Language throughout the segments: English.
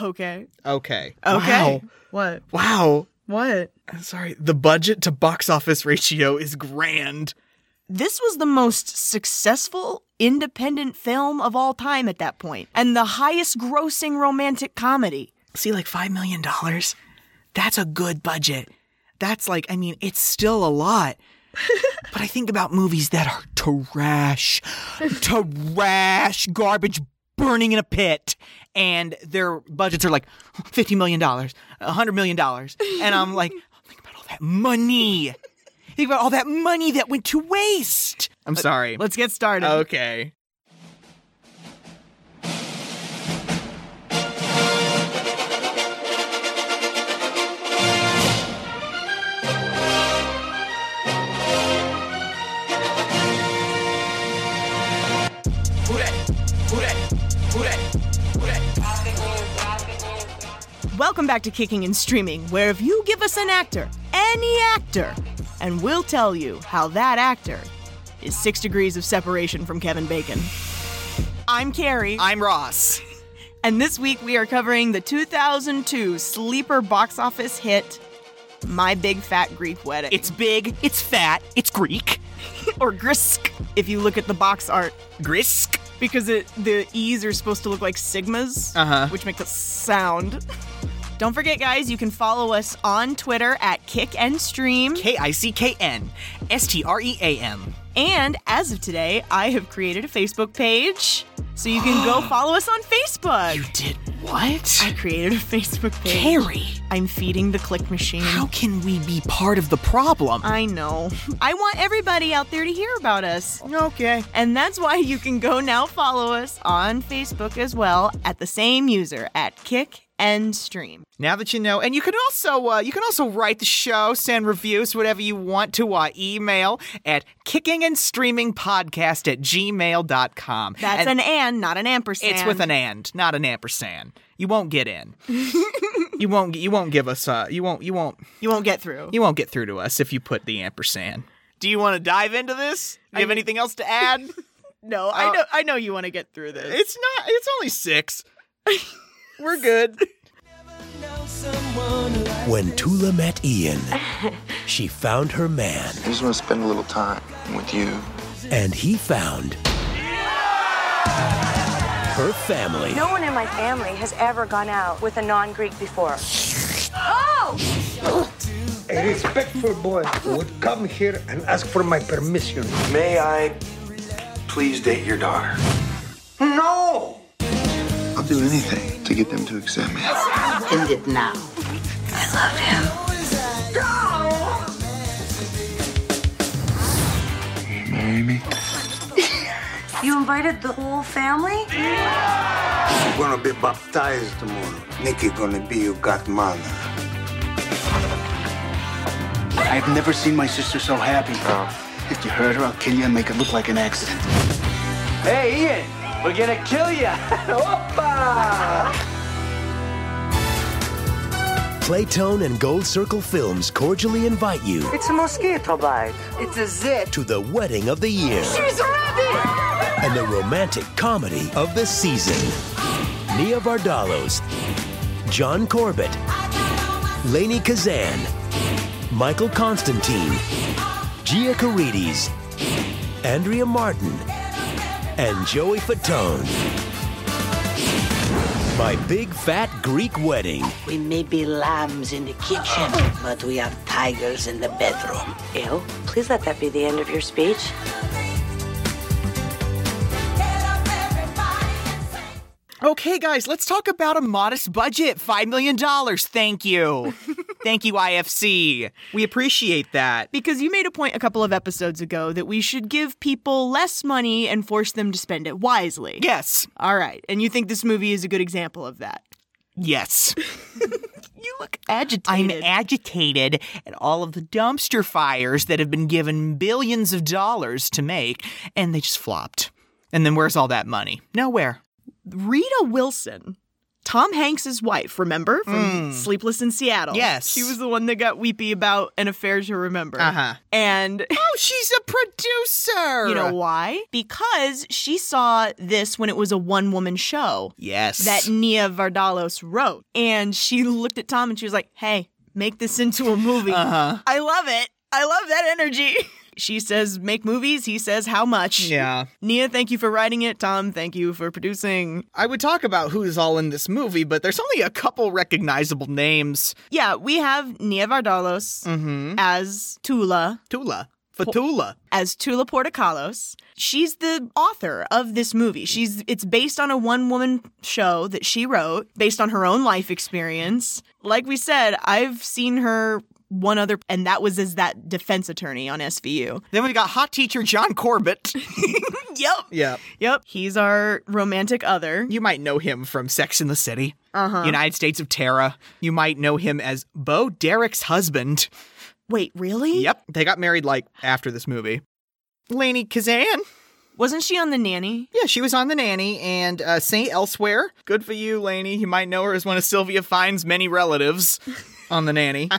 Okay. Okay. Okay. Wow. What? Wow. What? I'm sorry. The budget to box office ratio is grand. This was the most successful independent film of all time at that point, and the highest grossing romantic comedy. See, like $5 million? That's a good budget. That's like, I mean, it's still a lot. but I think about movies that are trash, trash, garbage burning in a pit, and their budgets are like $50 million, $100 million. And I'm like, "Oh, think about all that money. Think about all that money that went to waste. I'm sorry. Let's get started. Okay. Welcome back to Kicking and Streaming, where if you give us an actor, any actor, and we'll tell you how that actor is six degrees of separation from Kevin Bacon. I'm Carrie, I'm Ross. and this week we are covering the 2002 sleeper box office hit, My Big Fat Greek Wedding. It's big, it's fat, it's Greek. or Grisk, if you look at the box art, Grisk. because it, the E's are supposed to look like sigmas, Uh-huh. which make a sound. Don't forget, guys, you can follow us on Twitter at Kick and Stream. K I C K N S T R E A M. And as of today, I have created a Facebook page. So you can go follow us on Facebook. did what? I created a Facebook page. Carrie, I'm feeding the click machine. how can we be part of the problem? I know. I want everybody out there to hear about us. okay. And that's why you can go now follow us on Facebook as well at the same user at Kick and Stream. Now that you know, and you can also uh, you can also write the show, send reviews, whatever you want to uh, email at kickingandstreamingpodcast at gmail.com. That's an and and, not an ampersand. It's with an and, not an ampersand. You won't get in. you won't. You won't give us. Uh, you won't. You won't. You won't get through. You won't get through to us if you put the ampersand. Do you want to dive into this? Do you have anything else to add? Uh, No, I know. I know you want to get through this. It's not. It's only six. We're good. When Tula met Ian, she found her man, I just want to spend a little time with you. and he found her family. No one in my family has ever gone out with a non Greek before. Oh! A respectful boy would come here and ask for my permission. May I please date your daughter? No! I'll do anything to get them to accept me. End it now. Marry me? You invited the whole family? You're gonna be baptized tomorrow. Nikki gonna be your godmother. I've never seen my sister so happy. Oh. If you hurt her, I'll kill you and make it look like an accident. Hey, Ian, we're gonna kill you. Playtone and Gold Circle Films cordially invite you It's a mosquito bite. It's a zit. to the wedding of the year She's ready! and the romantic comedy of the season. Nia Vardalos, John Corbett, Lainey Kazan, Michael Constantine, Gia Carides, Andrea Martin, and Joey Fatone. My Big Fat Greek Wedding. We may be lambs in the kitchen, but we have tigers in the bedroom. Ew. Please let that be the end of your speech. Okay, guys, let's talk about a modest budget. Five million dollars. Thank you. Thank you, IFC. We appreciate that. because you made a point a couple of episodes ago that we should give people less money and force them to spend it wisely. Yes. All right. And you think this movie is a good example of that? Yes. You look I'm agitated. agitated at all of the dumpster fires that have been given billions of dollars to make, and they just flopped. And then where's all that money? Nowhere. Rita Wilson Tom Hanks' wife, remember? From Sleepless in Seattle. Hmm. Yes. She was the one that got weepy about an affair to remember. Uh-huh. And Oh, she's a producer. you know why? Because she saw this when it was a one woman show Yes. that Nia Vardalos wrote. And she looked at Tom and she was like, hey, make this into a movie. Uh-huh. I love it. I love that energy. she says, make movies. He says, how much? yeah. Nia, thank you for writing it. Tom, thank you for producing. I would talk about who's all in this movie, but there's only a couple recognizable names. Yeah, we have Nia Vardalos as Tula, Mm-hmm. Tula. Fatula. as Tula Portocalos. She's the author of this movie. She's it's based on a one-woman show that she wrote based on her own life experience. Like we said, I've seen her one other and that was as that defense attorney on SVU. Then we got hot teacher John Corbett. Yep. yeah. Yep. He's our romantic other. You might know him from Sex in the City, uh-huh. United States of Terra. You might know him as Bo Derek's husband. Wait, really? Yep, they got married like after this movie. Lainey Kazan. Wasn't she on the nanny? Yeah, she was on The Nanny and uh, Saint Elsewhere. Good for you, Lainey. You might know her as one of Sylvia Fine's many relatives on The Nanny.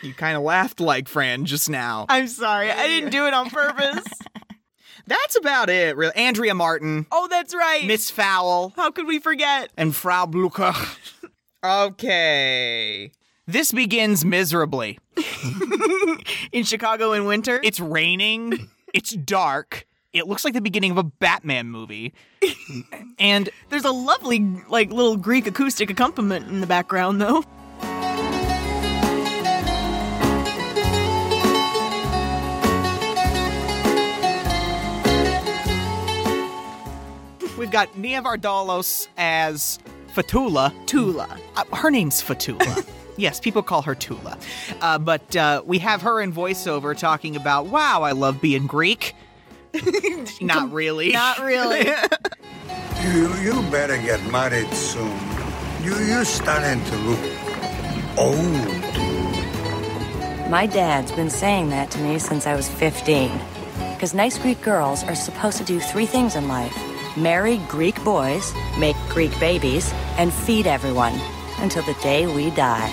you kind of laughed like Fran just now. I'm sorry. I didn't do it on purpose. That's about it, really. Andrea Martin, oh, that's right. Miss Fowl. How could we forget? and Frau Blucher. okay. This begins miserably. In Chicago in winter? It's raining, it's dark. It looks like the beginning of a Batman movie. and There's a lovely, like, little Greek acoustic accompaniment in the background, though. we've got Nia Vardalos as Fatula. Tula. Uh, her name's Fatula. yes, people call her Tula. Uh, but uh, we have her in voiceover talking about, wow, I love being Greek. Not really. Not really. You, you better get married soon. You, you're starting to look old. My dad's been saying that to me since I was 15. Because nice Greek girls are supposed to do three things in life marry Greek boys, make Greek babies, and feed everyone until the day we die.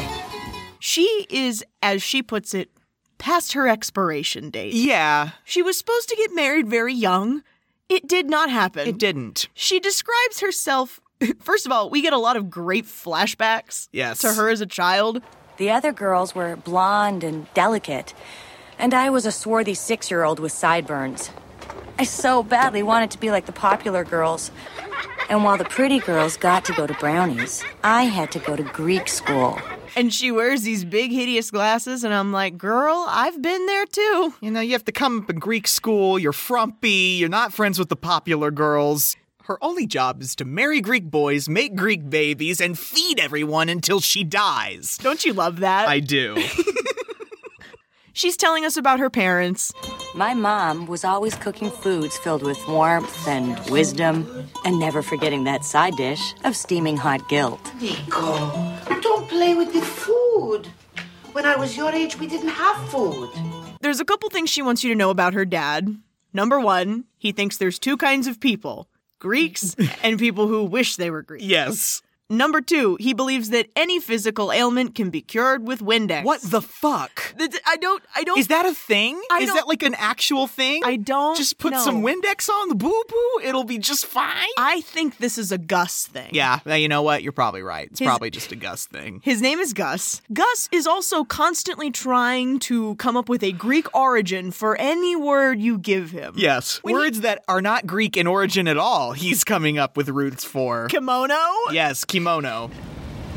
she is, as she puts it, past her expiration date. yeah, She was supposed to get married very young. It did not happen. it didn't. She describes herself. First of all, we get a lot of great flashbacks Yes. to her as a child. The other girls were blonde and delicate, and I was a swarthy six year old with sideburns. I so badly wanted to be like the popular girls. And while the pretty girls got to go to brownies, I had to go to Greek school. And she wears these big, hideous glasses, and I'm like, girl, I've been there too. You know, you have to come up in Greek school, you're frumpy, you're not friends with the popular girls. Her only job is to marry Greek boys, make Greek babies, and feed everyone until she dies. Don't you love that? I do. She's telling us about her parents. My mom was always cooking foods filled with warmth and wisdom, and never forgetting that side dish of steaming hot guilt. Nico, don't play with the food. When I was your age, we didn't have food. There's a couple things she wants you to know about her dad. Number one, he thinks there's two kinds of people Greeks and people who wish they were Greek. yes. Number two, he believes that any physical ailment can be cured with Windex. What the fuck? That's- I don't. I don't. Is that a thing? I is don't- that like an actual thing? I don't Just put know. some Windex on the boo boo, it'll be just fine. I think this is a Gus thing. yeah, now you know what? You're probably right. It's His- probably just a Gus thing. His name is Gus. Gus is also constantly trying to come up with a Greek origin for any word you give him. Yes. Words that are not Greek in origin at all, he's coming up with roots for. Kimono? Yes, kimono.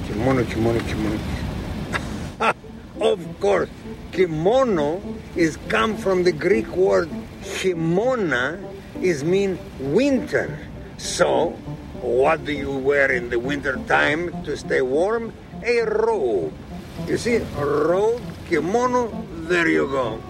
Kimono, kimono, kimono. of course, kimono is come from the Greek word kimona is mean winter. So, what do you wear in the winter time to stay warm? A robe. You see, robe, kimono, there you go.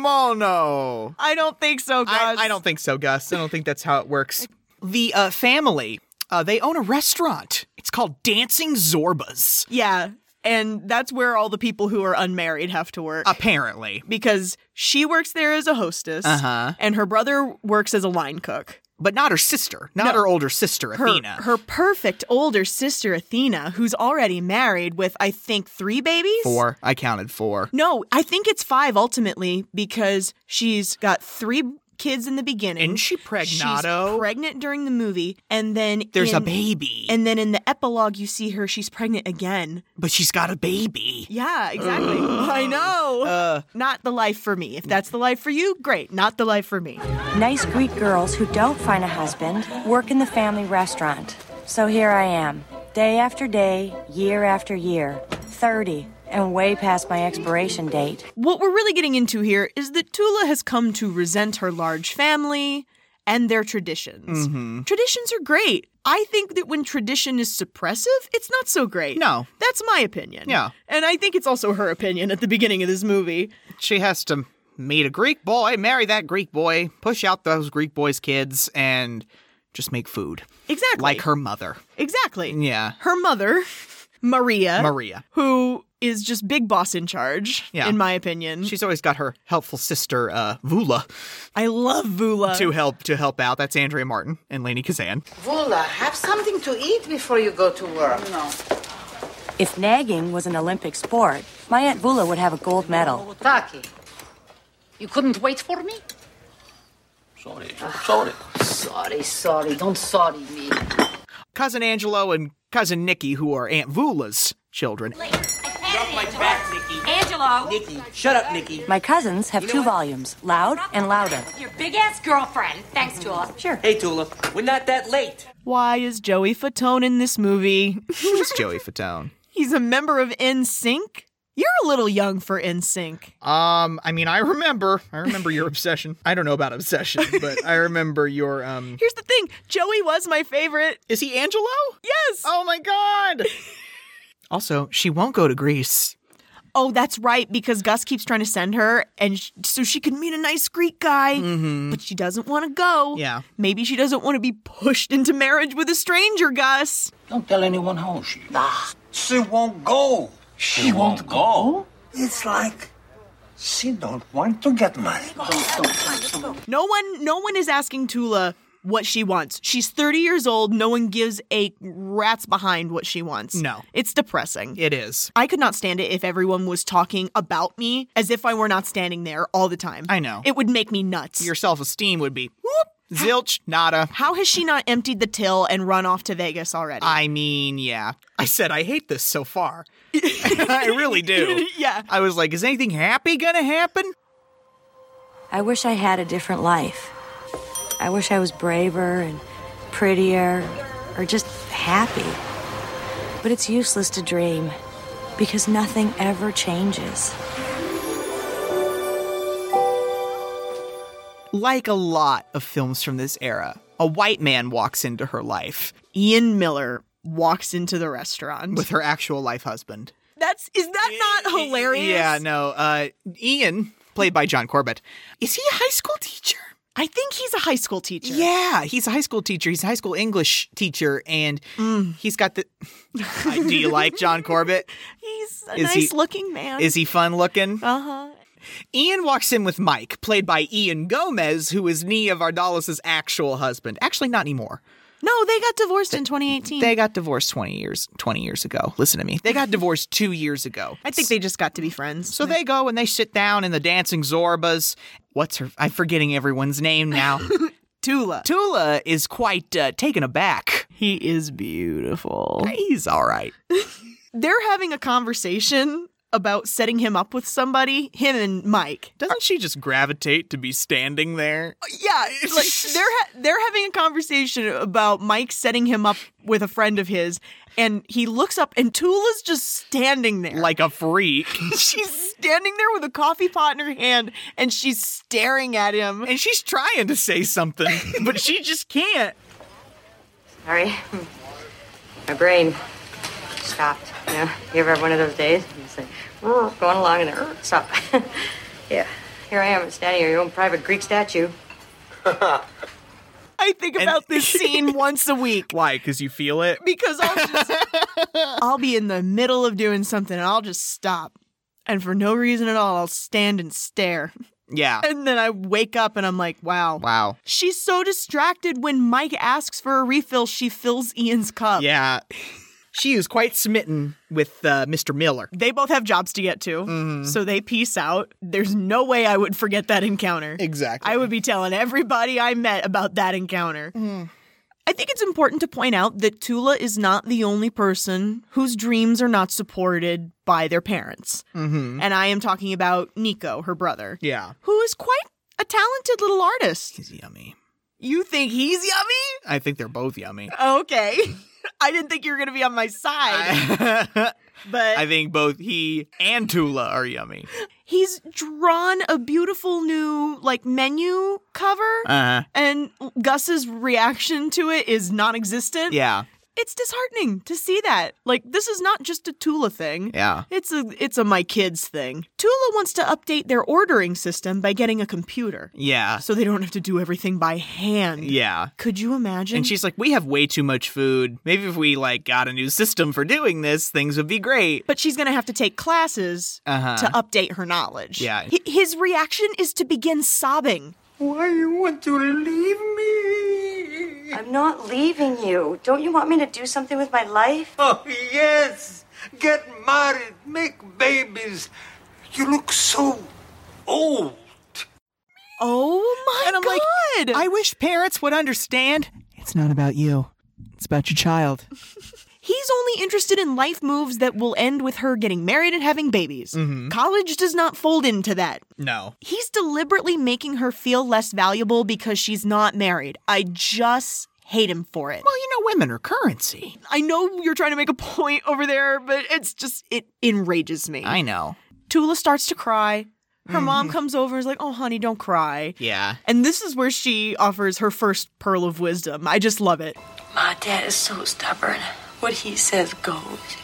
Kimono. I don't think so, Gus. I, I don't think so, Gus. I don't think that's how it works. The uh, family, uh, they own a restaurant. It's called Dancing Zorba's, Yeah. And that's where all the people who are unmarried have to work. apparently. because she works there as a hostess Uh-huh. and her brother works as a line cook. but not her sister, not her older sister, Her, Athena. her perfect older sister Athena, who's already married with, I think, three babies? four. I counted four. No, I think it's five ultimately because she's got three kids in the beginning. Isn't she pregnato? She's pregnant during the movie, and then There's a in- baby, And then in the epilogue, you see her; she's pregnant again. but she's got a baby. Yeah, exactly. I know. Uh. Not the life for me. If that's the life for you, great. Not the life for me. Nice Greek girls who don't find a husband work in the family restaurant. So here I am, day after day, year after year, 30, and way past my expiration date. What we're really getting into here is that Tula has come to resent her large family and their traditions. Mm-hmm. Traditions are great. I think that when tradition is suppressive, it's not so great. No. That's my opinion. Yeah. And I think it's also her opinion at the beginning of this movie. She has to meet a Greek boy, marry that Greek boy, push out those Greek boys' kids, and just make food Exactly. like her mother. Exactly. Yeah, Her mother, Maria, Maria. who is just big boss in charge, Yeah. in my opinion. She's always got her helpful sister uh, Vula I love Vula. to help to help out. That's Andrea Martin and Lainey Kazan. Vula, have something to eat before you go to work. No. If nagging was an Olympic sport, my Aunt Vula would have a gold medal. Taki, Oh, you couldn't wait for me? Sorry, sorry. Sorry, sorry, don't sorry me. Cousin Angelo and cousin Nikki, who are Aunt Vula's children. Angelo! Nikki, shut up, Nikki. My cousins have two volumes, loud and louder. Your big ass girlfriend. Thanks, Tula. Sure. Hey, Tula, we're not that late. Why is Joey Fatone in this movie? Who's Joey Fatone? He's a member of NSYNC. You're a little young for NSYNC. Um, I mean, I remember. I remember your obsession. I don't know about obsession, but I remember your um. Here's the thing Joey was my favorite. Is he Angelo? Yes. Oh my god. also, she won't go to Greece. Oh, that's right, because Gus keeps trying to send her, and sh- so she could meet a nice Greek guy, but she doesn't want to go. Mm-hmm. Yeah. Maybe she doesn't want to be pushed into marriage with a stranger, Gus. Don't tell anyone how she. She won't go. She, won't go. It's like she don't want to get married. No one, no one is asking Tula what she wants. She's 30 years old. No one gives a rat's behind what she wants. No. It's depressing. It is. I could not stand it if everyone was talking about me as if I were not standing there all the time. I know. It would make me nuts. Your self-esteem would be whoop, zilch, nada. How has she not emptied the till and run off to Vegas already? I mean, yeah. I said I hate this so far. I really do. Yeah. I was like, is anything happy gonna happen? I wish I had a different life. I wish I was braver and prettier or just happy. But it's useless to dream because nothing ever changes. Like a lot of films from this era, a white man walks into her life Ian Miller walks into the restaurant. with her actual life husband. That's is that not hilarious? Yeah, no. Uh, Ian, played by John Corbett, is he a high school teacher? I think he's a high school teacher. Yeah, he's a high school teacher. He's a high school English teacher, and Mm. he's got the. Uh, Do you like John Corbett? He's a Is he- nice looking man. Is he fun looking? uh huh. Ian walks in with Mike, played by Ian Gomez, who is Nia Vardalos' actual husband. Actually, not anymore. No, they got divorced in 2018. They got divorced twenty years twenty years ago. Listen to me. They got divorced two years ago. I think they just got to be friends. So they go and they sit down in the dancing Zorbas. What's her? I'm forgetting everyone's name now. Tula. Tula is quite uh, taken aback. He is beautiful. He's all right. They're having a conversation about setting him up with somebody, him and Mike. Doesn't she just gravitate to be standing there? Yeah, it's like they're ha- they're having a conversation about Mike setting him up with a friend of his, and he looks up and Tula's just standing there. Like a freak. she's standing there with a coffee pot in her hand, and she's staring at him. and she's trying to say something, but she just can't. Sorry. My brain stopped. You know, you ever have one of those days? And It's like, "Rrr," going along and then, "Rrr," stop. yeah, here I am standing at your own private Greek statue. I think about this scene once a week Why? Because you feel it? because I'll just I'll be in the middle of doing something and I'll just stop. And for no reason at all, I'll stand and stare. Yeah. And then I wake up and I'm like, wow. Wow. She's so distracted when Mike asks for a refill, she fills Ian's cup. Yeah. She is quite smitten with uh, Mr. Miller. Mm-hmm. They both have jobs to get to, so they peace out. There's no way I would forget that encounter. Exactly. I would be telling everybody I met about that encounter. Mm-hmm. I think it's important to point out that Tula is not the only person whose dreams are not supported by their parents. Mm-hmm. And I am talking about Nico, her brother, Yeah. who is quite a talented little artist. He's yummy. You think he's yummy? I think they're both yummy. Uh, Okay. I didn't think you were going to be on my side, I but think both he and Tula are yummy. he's drawn a beautiful new like menu cover Uh huh. and Gus's reaction to it is non-existent. Yeah. It's disheartening to see that. Like this is not just a Tula thing. Yeah. It's a it's a my kids thing. Tula wants to update their ordering system by getting a computer Yeah. so they don't have to do everything by hand. Yeah. Could you imagine? And she's like, we have way too much food. Maybe if we like got a new system for doing this, things would be great. but she's going to have to take classes Uh-huh. to update her knowledge. Yeah. Hi- his reaction is to begin sobbing. Why you want to leave me? I'm not leaving you. Don't you want me to do something with my life? Oh yes, get married, make babies. You look so old. Oh my And I'm like, god. I wish parents would understand. It's not about you. It's about your child. He's only interested in life moves that will end with her getting married and having babies. Mm-hmm. College does not fold into that. No. He's deliberately making her feel less valuable because she's not married. I just hate him for it. Well, you know, women are currency. I know you're trying to make a point over there, but it's just, it enrages me. I know. Tula starts to cry. Her mom comes over and is like, oh, honey, don't cry. Yeah. And this is where she offers her first pearl of wisdom. I just love it. My dad is so stubborn. What he says goes.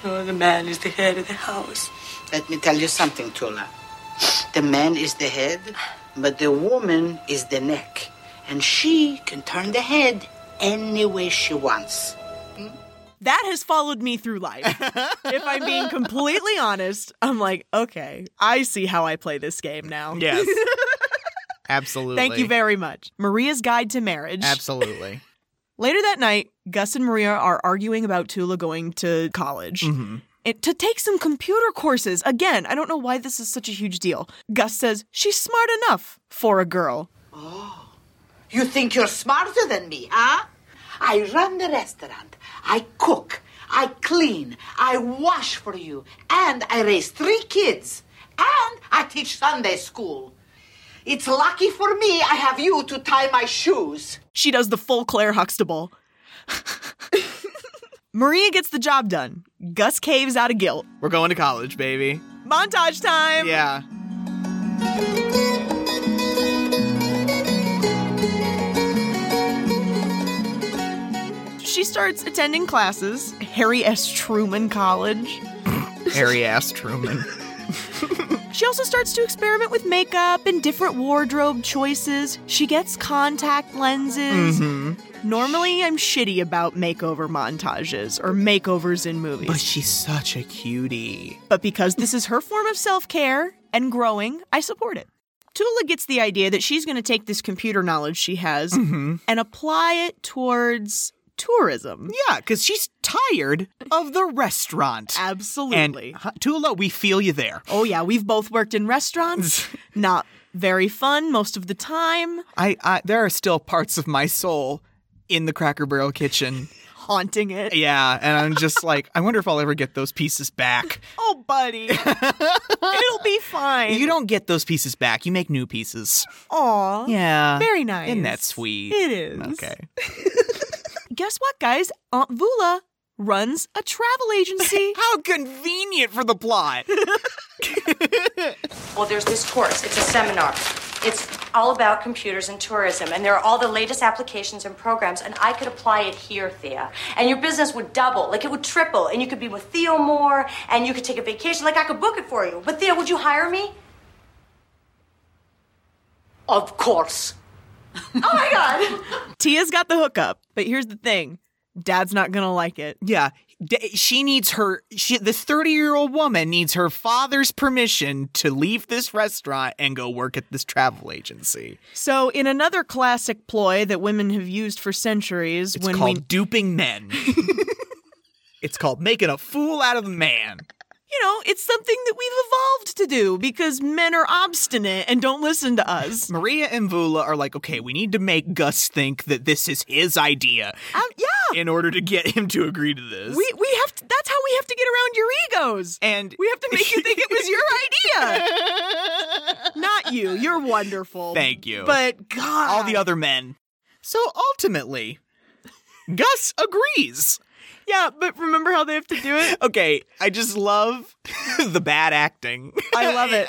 You know, the man is the head of the house. Let me tell you something, Tula. The man is the head, but the woman is the neck. And she can turn the head any way she wants. that has followed me through life. if I'm being completely honest, I'm like, okay, I see how I play this game now. Yes. Absolutely. Thank you very much. Maria's Guide to Marriage. Absolutely. Later that night, Gus and Maria are arguing about Tula going to college. It, to take some computer courses. Again, I don't know why this is such a huge deal. Gus says, she's smart enough for a girl. Oh. You think you're smarter than me, huh? I run the restaurant, I cook, I clean, I wash for you, and I raise three kids, and I teach Sunday school. It's lucky for me I have you to tie my shoes. She does the full Claire Huxtable. Maria gets the job done. Gus caves out of guilt. We're going to college, baby. Montage time. Yeah. She starts attending classes, Harry S. Truman College. Hairy ass Truman. She also starts to experiment with makeup and different wardrobe choices. She gets contact lenses. Normally, I'm shitty about makeover montages or makeovers in movies. but she's such a cutie. but because this is her form of self care and growing, I support it. Tula gets the idea that she's going to take this computer knowledge she has Mm-hmm. and apply it towards tourism. Yeah, because she's tired of the restaurant. Absolutely. And huh, Tula, we feel you there. oh, yeah, we've both worked in restaurants. Not very fun most of the time. I, I there are still parts of my soul in the Cracker Barrel kitchen. Haunting it. Yeah, and I'm just like, I wonder if I'll ever get those pieces back. Oh, buddy. It'll be fine. You don't get those pieces back. You make new pieces. Aw. Yeah. Very nice. Isn't that sweet? It is. Okay. Guess what, guys? Aunt Vula runs a travel agency. How convenient for the plot. Well, there's this course. It's a seminar. It's all about computers and tourism, and there are all the latest applications and programs, and I could apply it here, Thea. And your business would double, like it would triple, and you could be with Theo more, and you could take a vacation, like I could book it for you. But Thea, would you hire me? Of course. Oh my god! Tia's got the hookup, but here's the thing Dad's not going to like it. yeah, d- Eh, she needs her she, the 30 year old woman needs her father's permission to leave this restaurant and go work at this travel agency So, in another classic ploy that women have used for centuries, it's when called we duping men it's called making a fool out of the man you know, it's something that we've evolved to do because men are obstinate and don't listen to us. maria and vula are like okay we need to make gus think that this is his idea Um, yeah. in order to get him to agree to this We we have to, that's how we have to get around your egos. and We have to make you think it was your idea. Not you. You're wonderful. Thank you. But God. all the other men so ultimately gus agrees Yeah, but remember how they have to do it? okay, I just love the bad acting. I love it.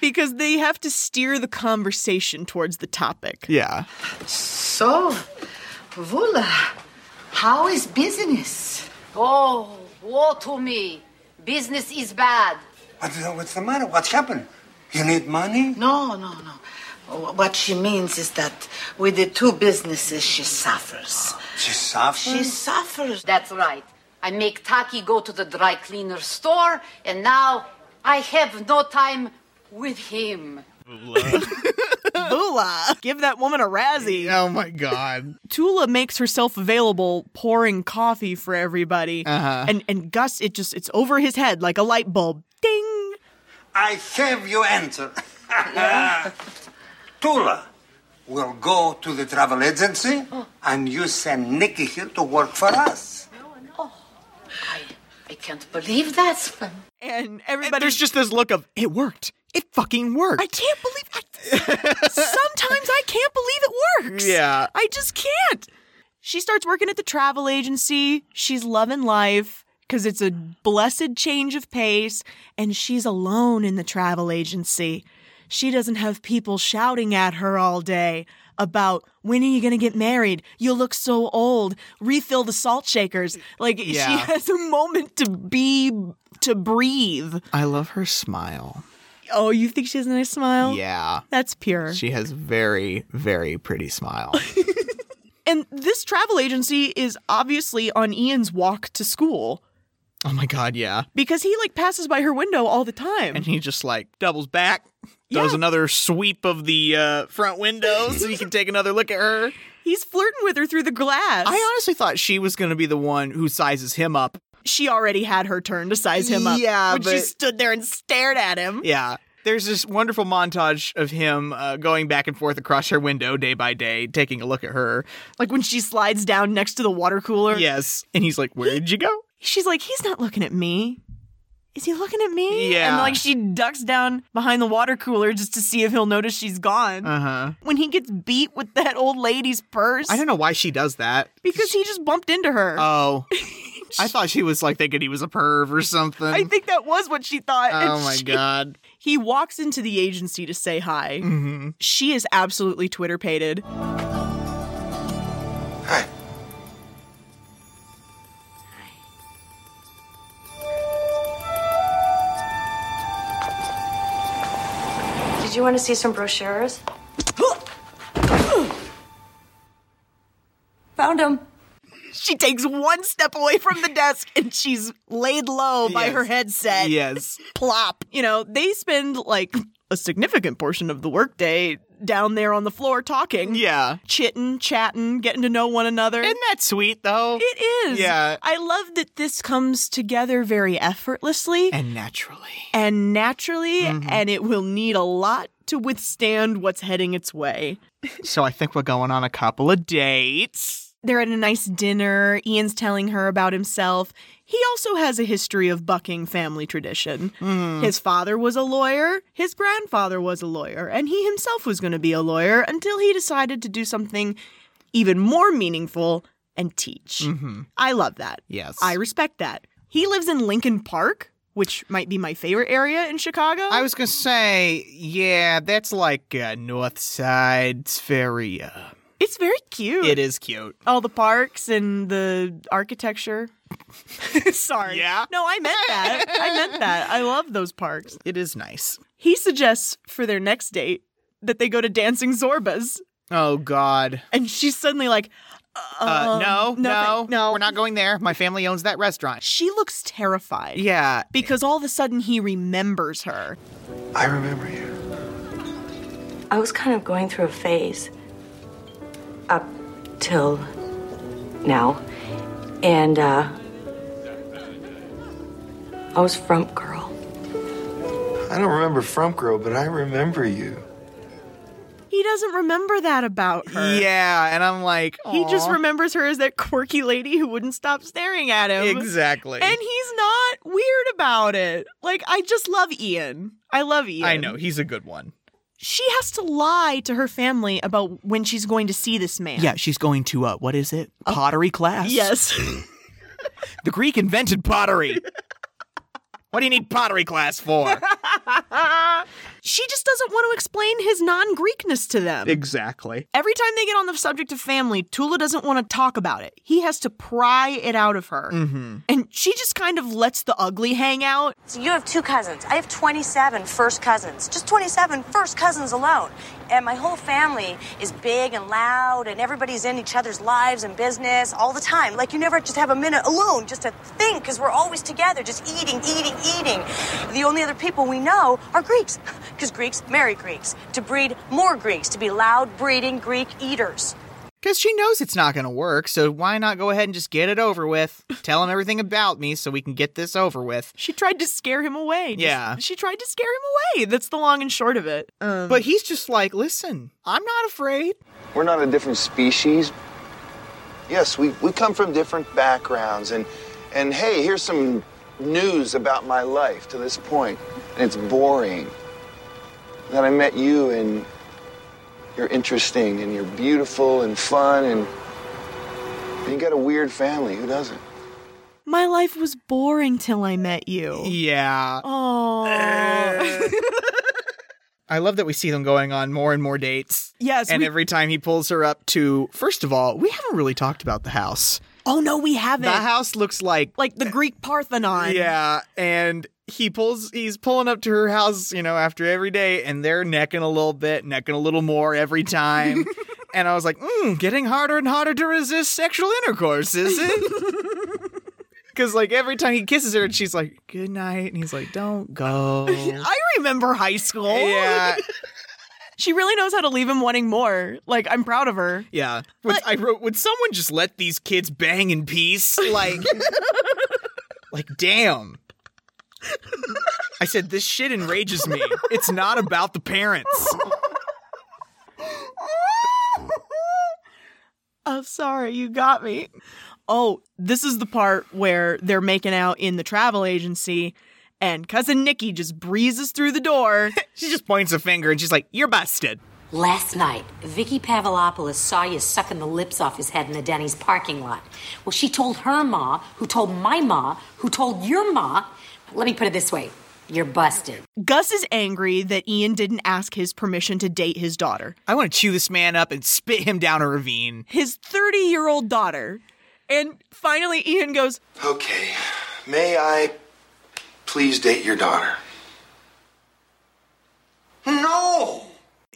Because they have to steer the conversation towards the topic. yeah. So, Vula, how is business? Oh, woe to me. Business is bad. What's, what's the matter? What's happened? You need money? No, no, no. Wh- What she means is that with the two businesses, she suffers. She suffers? She suffers. That's right. I make Taki go to the dry cleaner store, and now I have no time with him. Bula, give that woman a Razzie. Oh my god. Tula makes herself available, pouring coffee for everybody. Uh-huh. And and Gus, it just it's over his head like a light bulb. Ding. I have your answer. Tula will go to the travel agency and you send Nikki here to work for us. I, I can't believe that. And But everybody. there's just this look of it worked. It fucking worked. I can't believe. I, sometimes I can't believe it works. Yeah. I just can't. She starts working at the travel agency. She's loving life because it's a blessed change of pace, and she's alone in the travel agency. She doesn't have people shouting at her all day about when are you going to get married? You look so old. Refill the salt shakers. Like she Yeah. has a moment to be to breathe. I love her smile. Oh, you think she has a nice smile? Yeah. That's pure. She has very, very pretty smile. And this travel agency is obviously on Ian's walk to school oh my god, yeah. because he like passes by her window all the time. And he just like doubles back, does Yeah. another sweep of the uh, front window so you can take another look at her. He's flirting with her through the glass. I honestly thought she was gonna be the one who sizes him up. she already had her turn to size him up. Yeah, when she but- stood there and stared at him. Yeah. There's this wonderful montage of him uh, going back and forth across her window day by day, taking a look at her. Like when she slides down next to the water cooler. Yes. And he's like, Where'd you go? She's like, he's not looking at me. Is he looking at me? Yeah. And like she ducks down behind the water cooler just to see if he'll notice she's gone. Uh huh. when he gets beat with that old lady's purse. I don't know why she does that. Because he just bumped into her. Oh. I thought she was like thinking he was a perv or something. I think that was what she thought. and oh my she- God. He walks into the agency to say hi. Mhm. She is absolutely Twitter pated. Hi. Did you want to see some brochures? Found him. She takes one step away from the desk and she's laid low by Yes. her headset. Yes. Plop. You know, they spend like a significant portion of the workday down there on the floor talking, Yeah. chitting, chatting, getting to know one another. Isn't that sweet though? it is. Yeah. I love that this comes together very effortlessly. and naturally. Mm-hmm. and naturally, and it will need a lot to withstand what's heading its way. So I think we're going on a couple of dates. They're at a nice dinner. Ian's telling her about himself. He also has a history of bucking family tradition. Hmm. His father was a lawyer, his grandfather was a lawyer, and he himself was going to be a lawyer until he decided to do something even more meaningful and teach. I love that. Mm-hmm. Yes. I respect that. He lives in Lincoln Park, which might be my favorite area in Chicago. I was gonna say, yeah, that's like uh, North Side. It's very, uh, it's very cute. it is cute. all the parks and the architecture. Sorry. Yeah? No, I meant that. I meant that. I love those parks. It is nice. He suggests for their next date that they go to Dancing Zorba's. Oh God, And she's suddenly like, Uh, Um, no, no, no, thank- no. We're not going there. My family owns that restaurant. She looks terrified. Yeah. Because all of a sudden he remembers her. I remember you. I was kind of going through a phase up till now, and uh, I was frump girl. I don't remember From Girl, but I remember you. He doesn't remember that about her. Yeah, and I'm like, He just "Aw." remembers her as that quirky lady who wouldn't stop staring at him. Exactly. And he's not weird about it. Like, I just love Ian. I love Ian. I know he's a good one. She has to lie to her family about when she's going to see this man. Yeah, she's going to uh, what is it? Pottery class. Oh. Yes. the Greek invented pottery. what do you need pottery class for? she just doesn't want to explain his non Greekness to them. exactly. Every time they get on the subject of family, Tula doesn't want to talk about it. He has to pry it out of her. Mm-hmm. And she just kind of lets the ugly hang out. So you have two cousins. I have 27 first cousins. Just 27 first cousins alone. And my whole family is big and loud, and everybody's in each other's lives and business all the time. Like you never just have a minute alone just to think, because we're always together, just eating, eating, eating. The only other people we know are Greeks, because Greeks marry Greeks to breed more Greeks, to be loud, breeding Greek eaters. Because she knows it's not going to work, so why not go ahead and just get it over with? Tell him everything about me so we can get this over with. She tried to scare him away. Just- Yeah. She tried to scare him away. That's the long and short of it. Um, But he's just like, listen, I'm not afraid. We're not a different species. Yes, we, we come from different backgrounds and and hey, here's some news about my life to this point. And it's boring. Then I met you and you're interesting and you're beautiful and fun and, and you got a weird family. Who doesn't? my life was boring till I met you. Yeah. Oh. I love that we see them going on more and more dates. Yes, And we- every time he pulls her up to, first of all, we haven't really talked about the house. oh, no, we haven't. The house looks like like the Greek Parthenon. Yeah, and he pulls he's pulling up to her house, you know, after every day and they're necking a little bit, necking a little more every time. and I was like, mm, getting harder and harder to resist sexual intercourse, is it? Cuz like every time he kisses her and she's like, "Good night." And he's like, "Don't Oh. go." I remember high school. yeah. She really knows how to leave him wanting more. Like, I'm proud of her. Yeah. Would, I wrote, would someone just let these kids bang in peace? Like, like, damn. I said, this shit enrages me. It's not about the parents. Oh, sorry, you got me. Oh, this is the part where they're making out in the travel agency, and cousin Nikki just breezes through the door. She just points a finger and she's like, you're busted. Last night, Vicky Pavelopoulos saw you sucking the lips off his head in the Denny's parking lot. Well, she told her ma, who told my ma, who told your ma. Let me put it this way you're busted. Gus is angry that Ian didn't ask his permission to date his daughter, I want to chew this man up and spit him down a ravine. his 30 year old daughter. And finally, Ian goes, Okay. May I please date your daughter? No!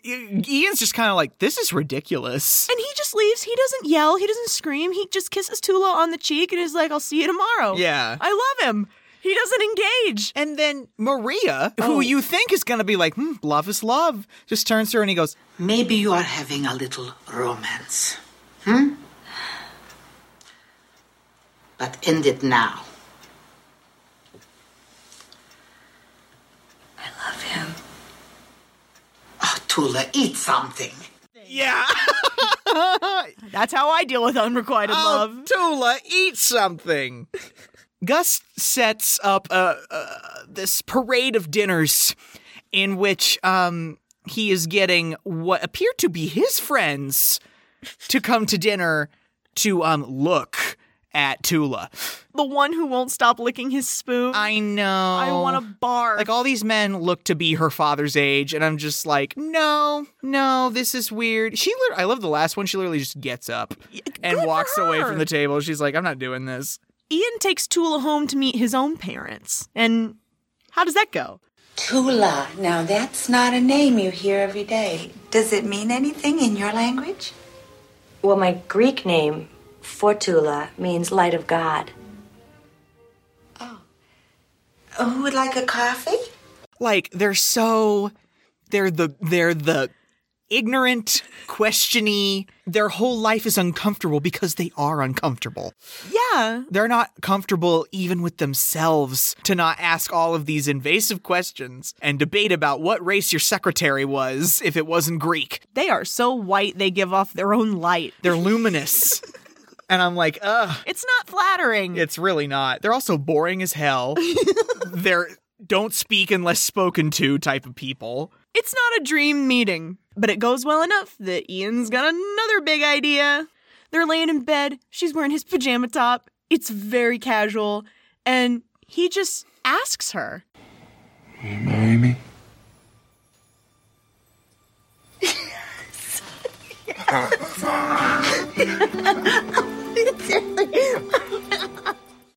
I- Ian's just kind of like, this is ridiculous. and he just leaves. He doesn't yell, he doesn't scream. He just kisses Tula on the cheek and is like, I'll see you tomorrow. Yeah. I love him. He doesn't engage. Oh. And then Maria, Oh. who you think is going to be like, hmm, love is love, just turns to her and he goes, Maybe you are having a little romance. Hmm? But end it now. Love him. Oh, Tula, eat something. yeah. That's how I deal with unrequited love. Oh, Tula, eat something. Gus sets up uh, uh, this parade of dinners in which um, he is getting what appear to be his friends to come to dinner to um, look at Tula. the one who won't stop licking his spoon. I know. I want to barf. Like all these men look to be her father's age, and I'm just like, no, no, this is weird. She, lit- I love the last one. She literally just gets up and for walks away her. from the table. She's like, I'm not doing this. Ian takes Tula home to meet his own parents. And how does that go? Tula. Now that's not a name you hear every day. Does it mean anything in your language? Well, my Greek name, Fortula, means light of God. Oh, who would like a coffee? Like they're so they're the they're the ignorant, questiony. Their whole life is uncomfortable because they are uncomfortable. Yeah. They're not comfortable even with themselves to not ask all of these invasive questions and debate about what race your secretary was if it wasn't Greek. They are so white they give off their own light. They're luminous. and I'm like, ugh. It's not flattering. It's really not. They're also boring as hell. They're don't speak unless spoken to type of people. It's not a dream meeting, but it goes well enough that Ian's got another big idea. They're laying in bed, she's wearing his pajama top. It's very casual, and he just asks her. You marry me?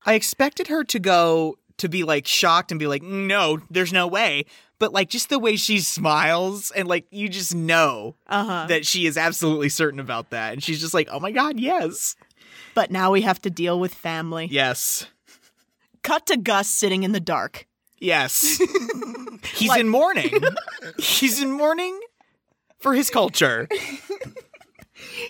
I expected her to go to be like shocked and be like, "Mm, no, there's no way. But like just the way she smiles and like you just know Uh-huh. that she is absolutely certain about that. And she's just like, oh my God, yes. But now we have to deal with family. Yes. Cut to Gus sitting in the dark. Yes. He's in mourning. He's in mourning for his culture.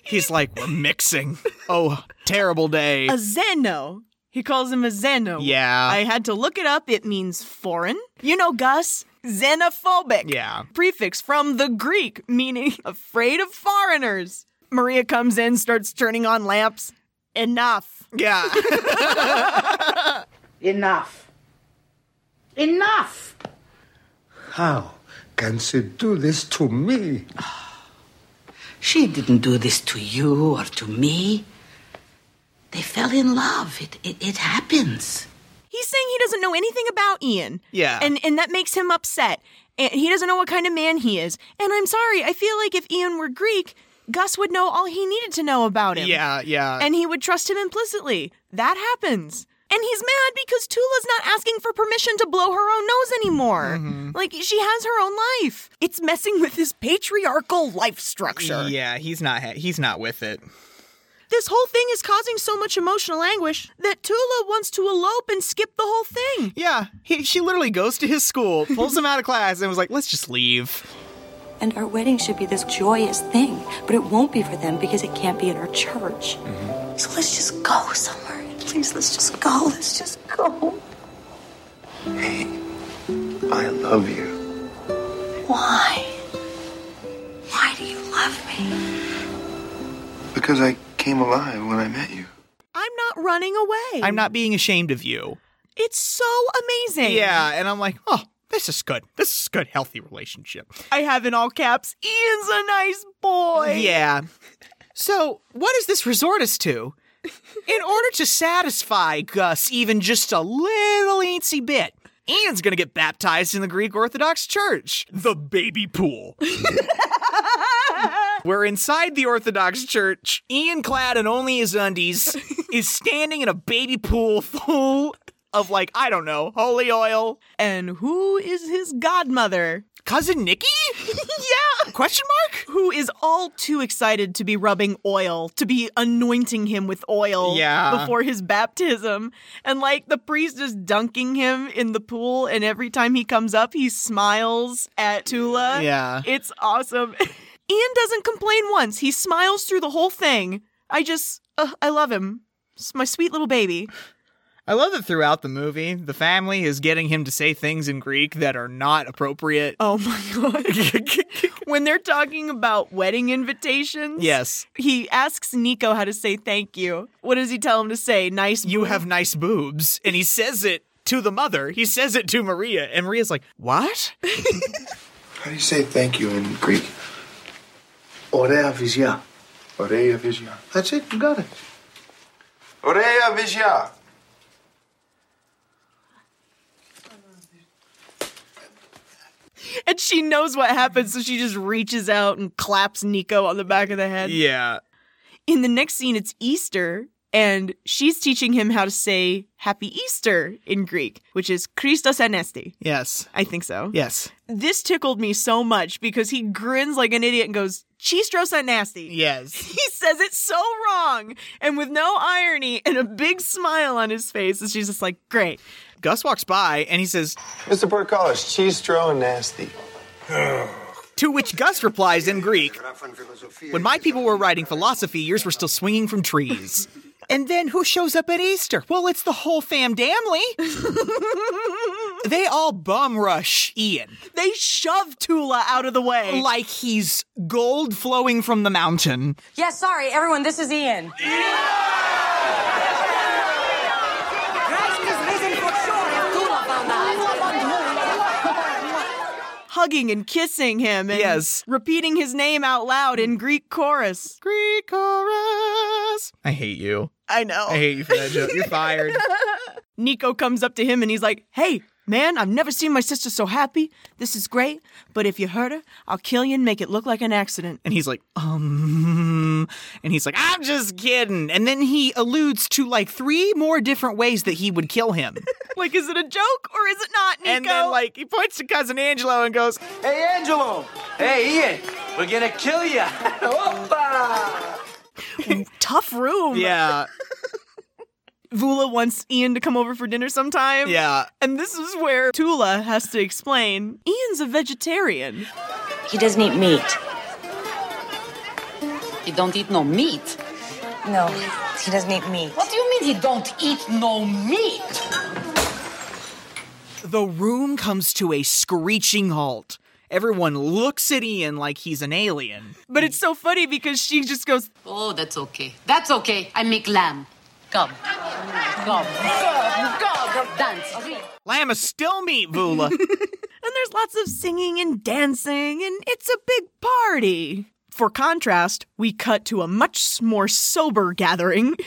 He's like, we're mixing. Oh, terrible day. A Zeno. He calls him a Zeno. Yeah. I had to look it up. It means foreign. You know, Gus, xenophobic. Yeah. Prefix from the Greek, meaning afraid of foreigners. Maria comes in, starts turning on lamps. Enough. Yeah. Enough. Enough. How can she do this to me? Ah, She didn't do this to you or to me. They fell in love. It, it, it happens. He's saying he doesn't know anything about Ian. Yeah. And and that makes him upset. And he doesn't know what kind of man he is. And I'm sorry, I feel like if Ian were Greek, Gus would know all he needed to know about him. yeah, yeah. and he would trust him implicitly. That happens. And he's mad because Tula's not asking for permission to blow her own nose anymore. Mm-hmm. Like, she has her own life. It's messing with his patriarchal life structure. Yeah, he's not ha- he's not with it. This whole thing is causing so much emotional anguish that Tula wants to elope and skip the whole thing. Yeah, he, she literally goes to his school, pulls him out of class, and was like, "Let's just leave." And our wedding should be this joyous thing, but it won't be for them because it can't be in our church. So let's just go somewhere. Please, let's just go. Let's just go. I love you. Why? Why do you love me? Because I came alive when I met you. I'm not running away. I'm not being ashamed of you. It's so amazing. Yeah, and I'm like, "Oh, this is good. This is good, healthy relationship." I have in all caps, Ian's a nice boy. Yeah. So, what does this resort us to? In order to satisfy Gus even just a little eensy bit, Ian's gonna get baptized in the Greek Orthodox Church, the baby pool. We're inside the Orthodox Church. Ian, clad in only his undies, is standing in a baby pool full of, like, I don't know, holy oil. And who is his godmother? Cousin Nikki? yeah. Question mark? who is all too excited to be rubbing oil, to be anointing him with oil Yeah. before his baptism. And like the priest is dunking him in the pool, and every time he comes up, he smiles at Tula. Yeah. It's awesome. Ian doesn't complain once, he smiles through the whole thing. I just, uh, I love him. It's my sweet little baby. I love that throughout the movie, the family is getting him to say things in Greek that are not appropriate. Oh my God. when they're talking about wedding invitations. Yes. He asks Nico how to say thank you. What does he tell him to say? Nice. You have nice boobs. And he says it to the mother. He says it to Maria. And Maria's like, What? How do you say thank you in Greek? Ωραία βυζιά. Oreia vigia. That's it, you got it. Oreia vigia. And she knows what happened, so she just reaches out and claps Nico on the back of the head. Yeah. In the next scene, it's Easter. and she's teaching him how to say Happy Easter in Greek, which is Christos Anesti. Yes. I think so. Yes. This tickled me so much because he grins like an idiot and goes, Chistros Anesti. Yes. He says it so wrong and with no irony and a big smile on his face. And she's just like, great. Gus walks by and he says, Mr. Portcullis, Chistro and Nasty. To which Gus replies in Greek, When my people were writing philosophy, yours were still swinging from trees. and then who shows up at Easter? Well, it's the whole fam damly. they all bum rush Ian. They shove Tula out of the way. Like he's gold flowing from the mountain. Yeah, sorry, everyone, this is Ian. Hugging and kissing him and Yes. repeating his name out loud in Greek chorus. Greek chorus. I hate you. I know. I hate you for that joke. You're fired. Nico comes up to him and he's like, Hey, man, I've never seen my sister so happy. This is great, but if you hurt her, I'll kill you and make it look like an accident. And he's like, um, and he's like, I'm just kidding. And then he alludes to like three more different ways that he would kill him. Like, is it a joke or is it not, Nico? and then like he points to cousin Angelo and goes, Hey, Angelo. Hey, Ian. We're gonna kill you. tough room. Yeah, Vula wants Ian to come over for dinner sometime. yeah. And this is where Tula has to explain Ian's a vegetarian. He doesn't eat meat. He don't eat no meat. No, he doesn't eat meat. What do you mean he don't eat no meat? The room comes to a screeching halt. Everyone looks at Ian like he's an alien. But it's so funny because she just goes, Oh, that's okay. That's okay. I make lamb. Come. Come. Come. Come. Dance. Lamb is still meat, Vula. and there's lots of singing and dancing, and it's a big party. For contrast, we cut to a much more sober gathering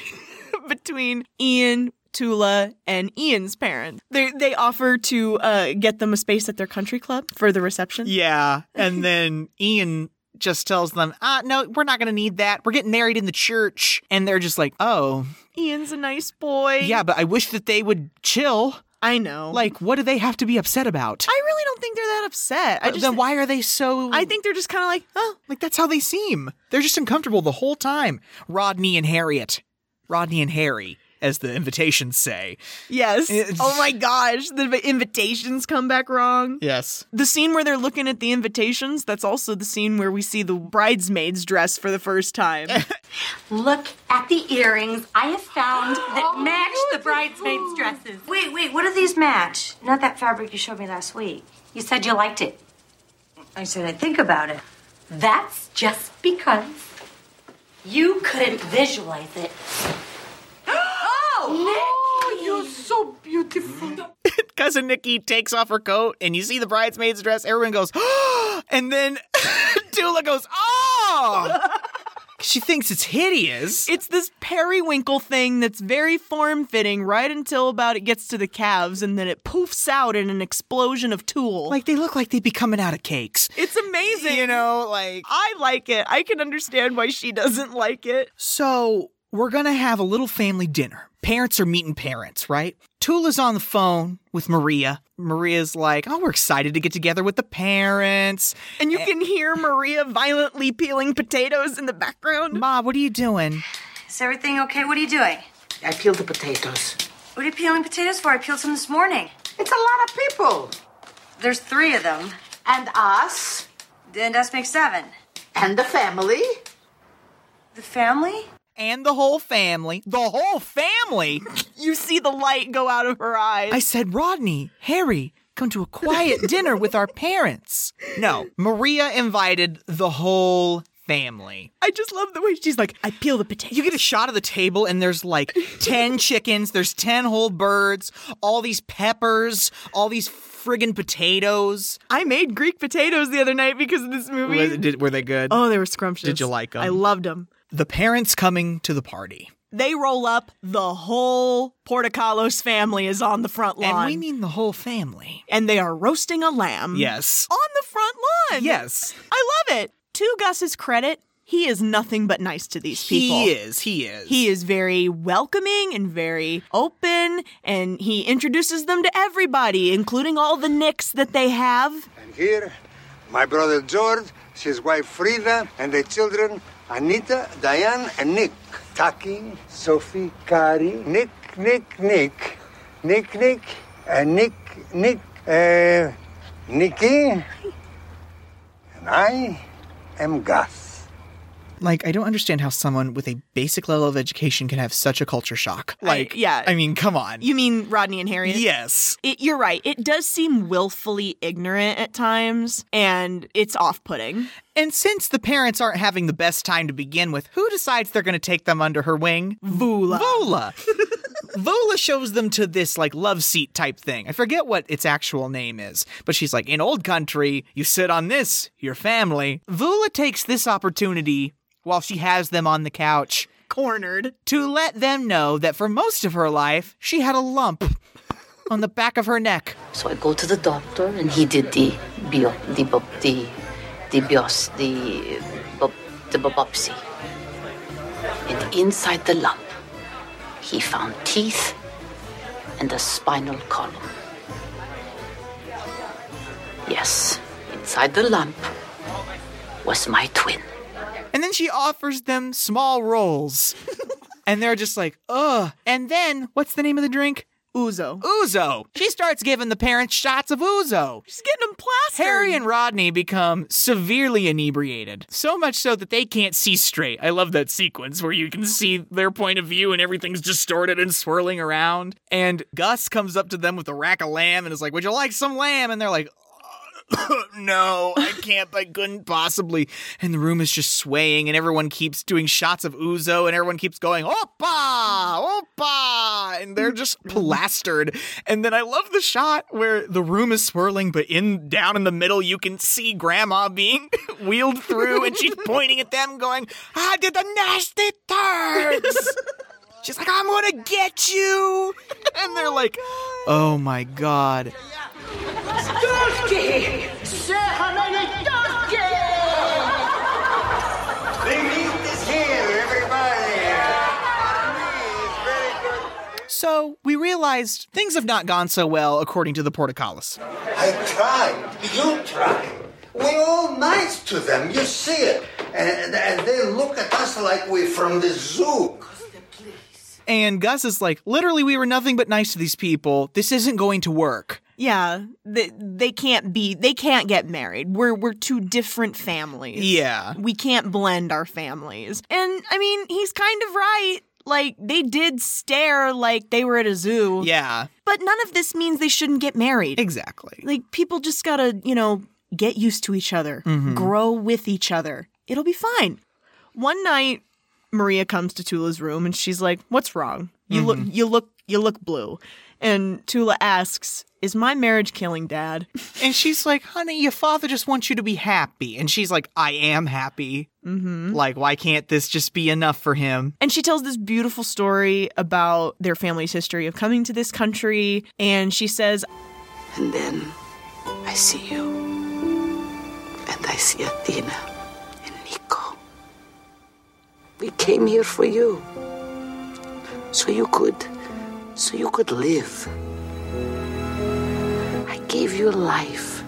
between Ian, Tula, and Ian's parents. They, they offer to uh, get them a space at their country club for the reception. yeah, and then Ian just tells them, "Ah, no, we're not going to need that. We're getting married in the church." And they're just like, "Oh, Ian's a nice boy. Yeah, but I wish that they would chill. I know. Like, what do they have to be upset about? I really don't think they're that upset. I just then why are they so? I think they're just kind of like, oh, like that's how they seem. They're just uncomfortable the whole time. Rodney and Harriet, Rodney and Harry, as the invitations say. yes. oh my gosh, the invitations come back wrong. Yes. The scene where they're looking at the invitations, that's also the scene where we see the bridesmaid's dress for the first time. Look at the earrings I have found that Oh, match the bridesmaids' dresses. Wait, wait, what do these match? Not that fabric you showed me last week. You said you liked it. I said I'd think about it. That's just because you couldn't visualize it. Oh, you're so beautiful. Cousin Nikki takes off her coat, and you see the bridesmaid's dress. Everyone goes, "Oh!" and then Dula goes, oh. She thinks it's hideous. it's this periwinkle thing that's very form fitting right until about it gets to the calves and then it poofs out in an explosion of tulle. like they look like they'd be coming out of cakes. it's amazing. You know, like I like it. I can understand why she doesn't like it. So we're gonna have a little family dinner. Parents are meeting parents, right? Tula's on the phone with Maria. Maria's like, "Oh, we're excited to get together with the parents." And you can hear Maria violently peeling potatoes in the background. Ma, what are you doing? Is everything okay? What are you doing? I peeled the potatoes. What are you peeling potatoes for? I peeled some this morning. It's a lot of people. There's three of them, And us. and us make seven. And the family. The family? And the whole family, the whole family. You see the light go out of her eyes. I said, "Rodney, Harry, come to a quiet dinner with our parents." No, Maria invited the whole family. I just love the way she's like, I peel the potato. You get a shot of the table, and there's like 10 chickens, there's 10 whole birds, all these peppers, all these friggin' potatoes. I made Greek potatoes the other night because of this movie. were they good? oh, they were scrumptious. Did you like 'em? I loved them. The parents coming to the party. They roll up. The whole Portocalos family is on the front lawn. And we mean the whole family. And they are roasting a lamb. Yes. On the front lawn. Yes. I love it. To Gus's credit, He is nothing but nice to these people. He is. He is. He is very welcoming and very open, and he introduces them to everybody, including all the nicks that they have. And here, my brother George, his wife Frida, and their children Anita, Diane, and Nick. Taki, Sophie, Kari, Nick, Nick, Nick, Nick, Nick, and Nick, Nick, uh, Nicky, and I am Gus. Like, I don't understand how someone with a basic level of education can have such a culture shock. Like, yeah. I mean, come on. You mean Rodney and Harriet? Yes. It, you're right. It does seem willfully ignorant at times, and it's off putting. And since the parents aren't having the best time to begin with, who decides they're going to take them under her wing? Vula. Vola. Vola shows them to this like love seat type thing. I forget what its actual name is, but she's like, in old country, you sit on this, your family. Vula takes this opportunity while she has them on the couch Cornered. to let them know that for most of her life, she had a lump on the back of her neck. So I go to the doctor, and he did the bio, the bu- the the bios, the bu- the biopsy. And inside the lump, he found teeth and a spinal column. Yes, inside the lump was my twin. And then she offers them small rolls. and they're just like, ugh. And then, what's the name of the drink? Uzo. Uzo. She starts giving the parents shots of Uzo. She's getting them plastered. Harry and Rodney become severely inebriated. So much so that they can't see straight. I love that sequence where you can see their point of view and everything's distorted and swirling around. And Gus comes up to them with a rack of lamb and is like, Would you like some lamb? And they're like, no, I can't, I couldn't possibly. And the room is just swaying, and everyone keeps doing shots of Uzo, and everyone keeps going, Opa! Opa! And they're just plastered. And then I love the shot where the room is swirling, but in down in the middle, you can see Grandma being wheeled through, and she's pointing at them, going, I did the nasty turds! She's like, I'm gonna get you! And they're like, oh my god. Dusty! Say hello to They meet this here, everybody. So we realized things have not gone so well according to the Porticollis. I tried. You tried. We're all nice to them. You see it. And, and they look at us like we're from the zoo. And Gus is like, literally, we were nothing but nice to these people. This isn't going to work. Yeah, they, they can't be they can't get married. We're we're two different families. Yeah. We can't blend our families. And I mean, he's kind of right. Like they did stare like they were at a zoo. Yeah. But none of this means they shouldn't get married. Exactly. Like people just got to, you know, get used to each other, Mhm. grow with each other. It'll be fine. One night Maria comes to Tula's room and she's like, "What's wrong? You look Mm-hmm. you look you look blue." And Tula asks, "Is my marriage killing dad?" And she's like, honey, your father just wants you to be happy. And she's like, I am happy. Mhm. Like, why can't this just be enough for him? And she tells this beautiful story about their family's history of coming to this country. And she says, And then I see you. And I see Athena and Nico. We came here for you. So you could. So you could live. I gave you life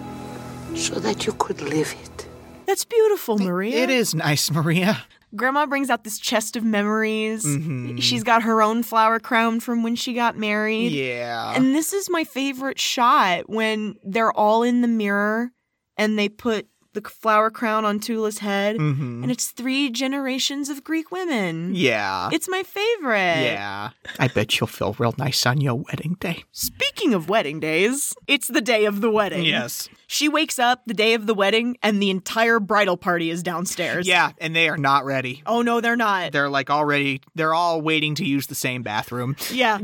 so that you could live it. That's beautiful, Maria. It is nice, Maria. Grandma brings out this chest of memories. Mhm. She's got her own flower crown from when she got married. Yeah. And this is my favorite shot when they're all in the mirror and they put the flower crown on Tula's head. Mhm. And it's three generations of Greek women. Yeah. It's my favorite. yeah. I bet you'll feel real nice on your wedding day. Speaking of wedding days, it's the day of the wedding. Yes. She wakes up the day of the wedding and the entire bridal party is downstairs. Yeah, and they are not ready. Oh, no, they're not. They're like already, they're all waiting to use the same bathroom. Yeah.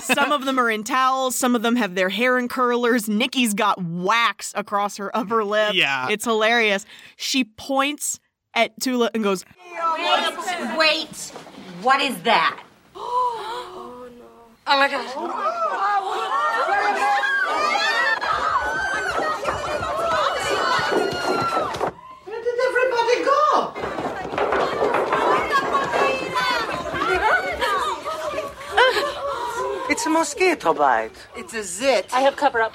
some of them are in towels, some of them have their hair in curlers. Nikki's got wax across her upper lip. Yeah. It's hilarious. She points at Tula and goes, Wait, wait. What is that? Oh my god. Where did everybody go? mosquito bite. It's a zit. I have cover up.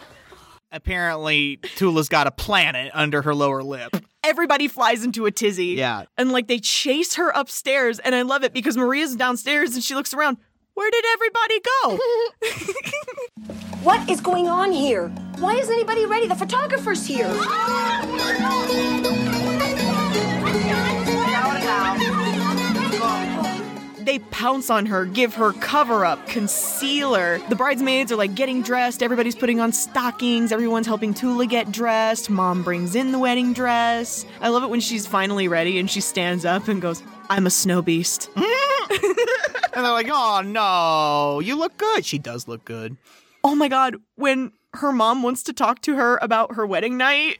Apparently, Tula's got a planet under her lower lip. Everybody flies into a tizzy. Yeah. And like they chase her upstairs, and I love it because Maria's downstairs and she looks around. Where did everybody go? What is going on here? Why is anybody ready? The photographer's here. they pounce on her, give her cover up, concealer. The bridesmaids are like getting dressed, everybody's putting on stockings, everyone's helping Tula get dressed. Mom brings in the wedding dress. I love it when she's finally ready and she stands up and goes, I'm a snow beast. Mm. and they're like, oh no, you look good. She does look good. Oh my god, when her mom wants to talk to her about her wedding night.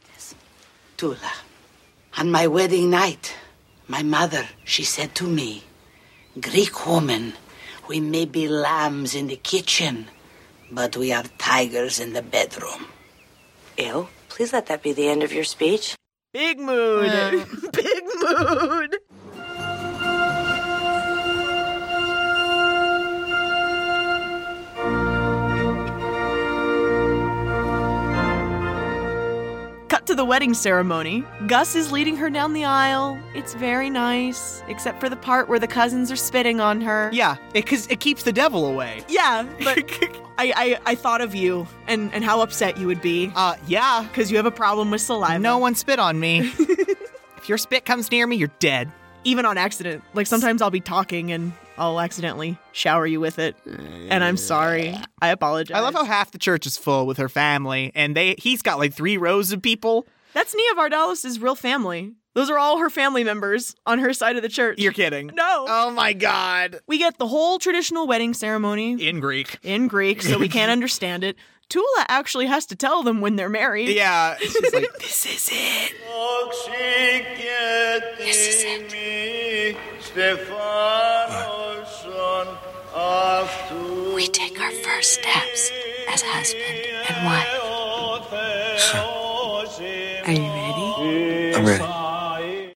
Tula, on my wedding night, my mother, she said to me, Greek woman, we may be lambs in the kitchen, but we are tigers in the bedroom. Ew, please let that be the end of your speech. Big mood. Big mood. Cut to the wedding ceremony. Gus is leading her down the aisle. It's very nice, except for the part where the cousins are spitting on her. Yeah, because it, keeps the devil away. Yeah, but I, I, I thought of you and, and how upset you would be. Uh, yeah. Because you have a problem with saliva. No one spit on me. if your spit comes near me, you're dead. Even on accident. Like sometimes I'll be talking and I'll accidentally shower you with it. And I'm sorry. I apologize. I love how half the church is full with her family, and they he's got like three rows of people. That's Nia Vardalos' real family. Those are all her family members on her side of the church. You're kidding. No. Oh my god. We get the whole traditional wedding ceremony In Greek. in Greek, so we can't understand it. Tula actually has to tell them when they're married. Yeah. She's like, This is it. We take our first steps as husband and wife. Are you ready? I'm ready.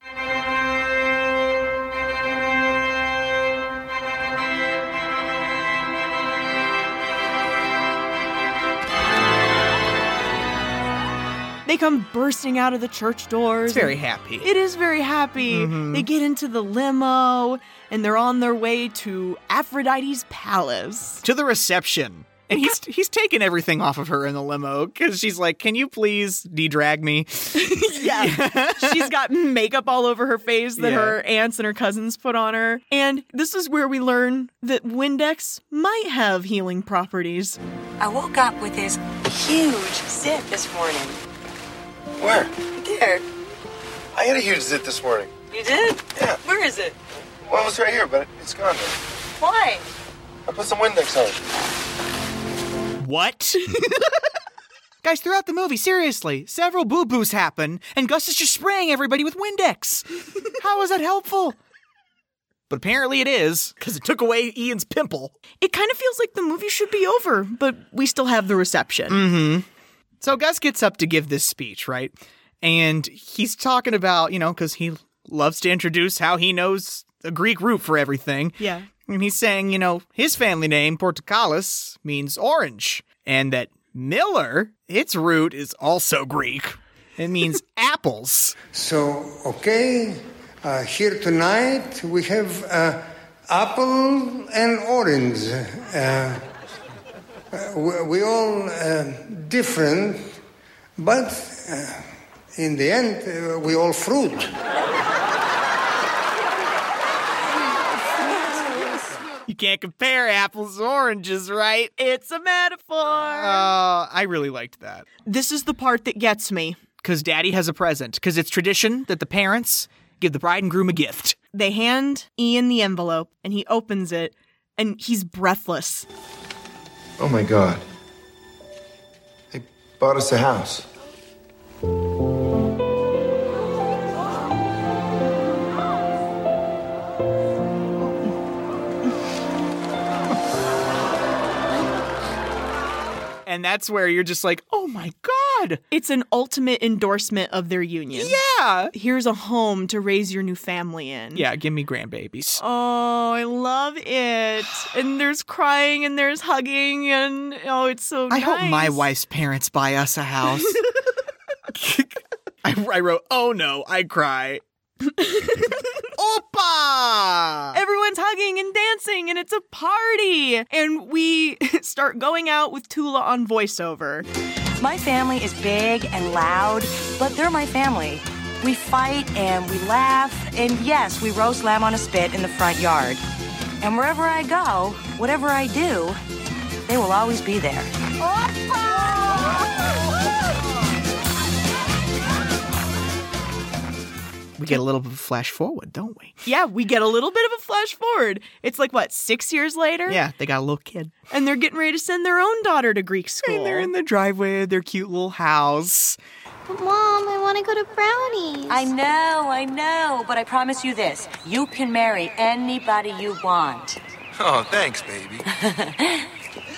They come bursting out of the church doors. it's very happy. It is very happy. Mhm. They get into the limo and they're on their way to Aphrodite's palace. to the reception. And he's he's taken everything off of her in the limo because she's like, "Can you please de-drag me?" Yeah. She's got makeup all over her face that Yeah. her aunts and her cousins put on her. And this is where we learn that Windex might have healing properties. I woke up with this huge zit this morning. Where? There. I had a huge zit this morning. You did? Yeah. Where is it? Well, it was right here, but it's gone. now. Why? I put some Windex on it. What? Guys, throughout the movie, seriously, several boo boos happen, and Gus is just spraying everybody with Windex. How is that helpful? But apparently it is because it took away Ian's pimple. It kind of feels like the movie should be over, but we still have the reception. Mm-hmm. So Gus gets up to give this speech, right? And he's talking about, you know, because he loves to introduce how he knows a Greek root for everything. Yeah. And he's saying, you know, his family name, Portocalis, means orange, and that Miller, its root is also Greek. It means apples. So, okay, uh, here tonight we have uh, apple and orange. Uh, uh, we, we all uh, different, but uh, in the end, uh, we all fruit. You can't compare apples to oranges, right? It's a metaphor. Uh, I really liked that. this is the part that gets me. Because daddy has a present, because it's tradition that the parents give the bride and groom a gift. They hand Ian the envelope and he opens it and he's breathless. Oh my god. They bought us a house. And that's where you're just like, oh my God, God. It's an ultimate endorsement of their union. Yeah. Here's a home to raise your new family in. Yeah, give me grandbabies. Oh, I love it. And there's crying and there's hugging and oh, it's so I nice. hope my wife's parents buy us a house. I, I wrote, oh no, I cry. Opa! Everyone's hugging and dancing, and it's a party. And we start going out with Tula on voiceover. My family is big and loud, but they're my family. We fight and we laugh, and yes, we roast lamb on a spit in the front yard. And wherever I go, whatever I do, they will always be there. We get a little bit of flash forward, don't we? Yeah, we get a little bit of a flash forward. It's like what six years later. Yeah, they got a little kid. and they're getting ready to send their own daughter to Greek school. And they're in the driveway of their cute little house. But Mom, I want to go to brownies. I know, I know, but I promise you this you can marry anybody you want. Oh, thanks, baby.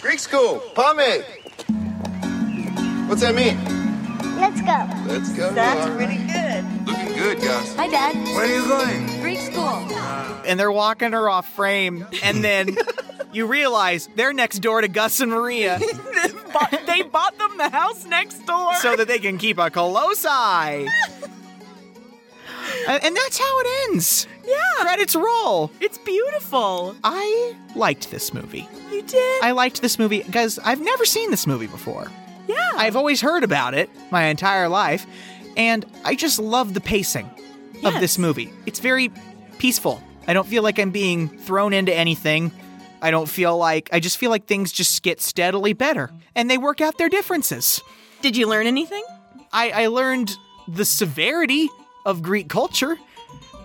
Greek school, pomade. What's that mean? Let's go. Let's go. That's All right. pretty good. Looking good, guys. Hi, Dad. Where are you going? Greek school. And they're walking her off frame. And then you realize they're next door to Gus and Maria Bought- they bought them the house next door. so that they can keep a close eye. And and that's how it ends. yeah, Credits roll. it's beautiful. I liked this movie. You did. I liked this movie because I've never seen this movie before. yeah. I've always heard about it my entire life, and I just love the pacing of this Yes. movie. It's very peaceful. I don't feel like I'm being thrown into anything. I don't feel like I just feel like things just get steadily better and they work out their differences. Did you learn anything? I, I learned the severity of Greek culture.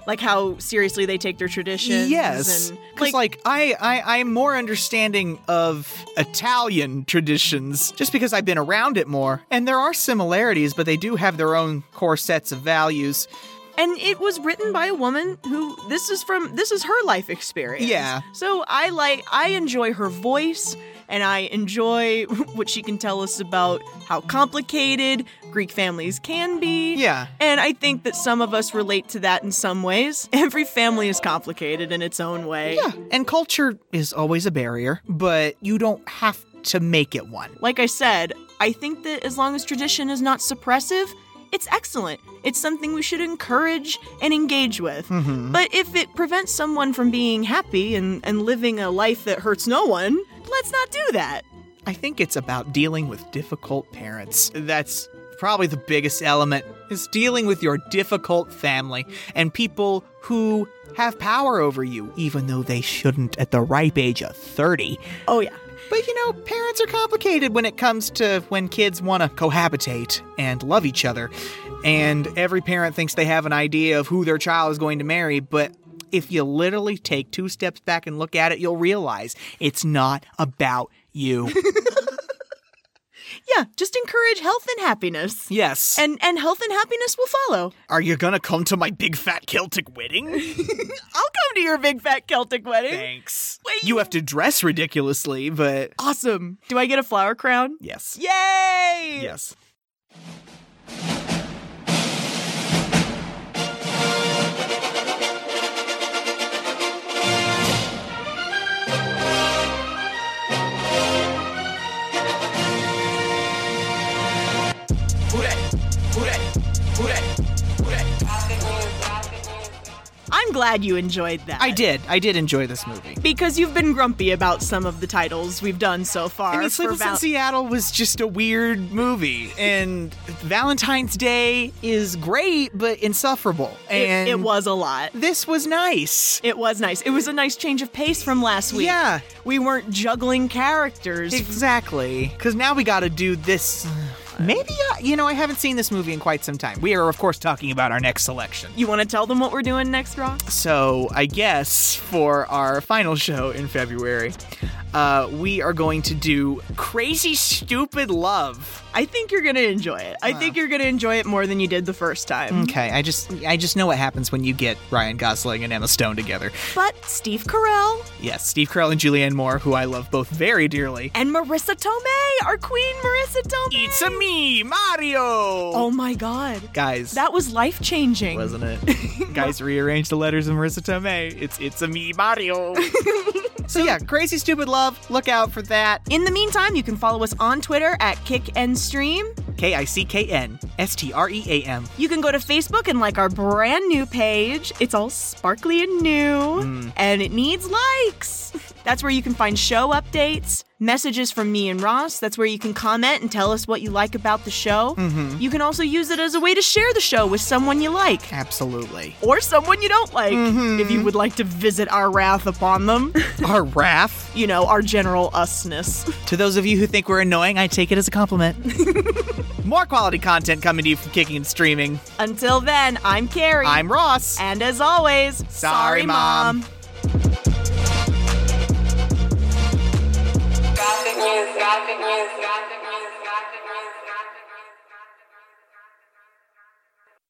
Like how seriously they take their traditions? Yes, and- because like, I, I I'm more understanding of Italian traditions just because I've been around it more, and there are similarities, but they do have their own core sets of values. and it was written by a woman who this is from this is her life experience Yeah. so i like i enjoy her voice and i enjoy what she can tell us about how complicated greek families can be Yeah. and i think that some of us relate to that in some ways every family is complicated in its own way Yeah, and culture is always a barrier, but you don't have to make it one. like i said i think that as long as tradition is not suppressive it's excellent it's something we should encourage and engage with Mm-hmm. But if it prevents someone from being happy and, and living a life that hurts no one, let's not do that. I think it's about dealing with difficult parents. That's probably the biggest element is dealing with your difficult family and people who have power over you even though they shouldn't at the ripe age of 30. Oh, yeah. But you know, parents are complicated when it comes to when kids want to cohabitate and love each other. And every parent thinks they have an idea of who their child is going to marry, but if you literally take two steps back and look at it, you'll realize it's not about you. Yeah, just encourage health and happiness. yes. And, and health and happiness will follow. Are you gonna come to my big fat Celtic wedding? I'll come to your big fat Celtic wedding. Thanks. Wait. You have to dress ridiculously, but Awesome. Do I get a flower crown? yes. Yay! Yes. I'm glad you enjoyed that. I did. I did enjoy this movie. Because you've been grumpy about some of the titles we've done so far. I mean, for Sleepless in Val- Seattle was just a weird movie, and Valentine's Day is great but insufferable. And it, it was a lot. This was nice. It was nice. It was a nice change of pace from last week. Yeah. We weren't juggling characters. Exactly. Because now we got to do this. Maybe I, you know I haven't seen this movie in quite some time. We are of course talking about our next selection. You want to tell them what we're doing next, Ross? So I guess for our final show in February, uh, we are going to do Crazy Stupid Love. I think you're going to enjoy it. I think you're going to enjoy it more than you did the first time. Okay, I just I just know what happens when you get Ryan Gosling and Emma Stone together. But Steve Carell Yes, Steve Carell and Julianne Moore, who I love both very dearly. and Marissa Tomei, our queen Marissa Tomei. It's a me, Mario. Oh my god. Guys, That was life changing. wasn't it? Guys, rearrange the letters of Marissa Tomei. It's it's a me, Mario. so yeah, Crazy Stupid Love. Look out for that. In the meantime, you can follow us on Twitter at Kick and Stream. K I C K N S T R E A M. You can go to Facebook and like our brand new page. It's all sparkly and new, and it needs likes. That's where you can find show updates, messages from me and Ross. That's where you can comment and tell us what you like about the show. Mhm. You can also use it as a way to share the show with someone you like Absolutely. or someone you don't like Mm-hmm. if you would like to visit our wrath upon them. Our wrath. you know, our general usness. To those of you who think we're annoying, I take it as a compliment. More quality content coming to you from Kicking and Streaming. Until then, I'm Carrie. I'm Ross. and as always, sorry, Sorry, Mom. Mom. Gossip news, gossip news, gossip news.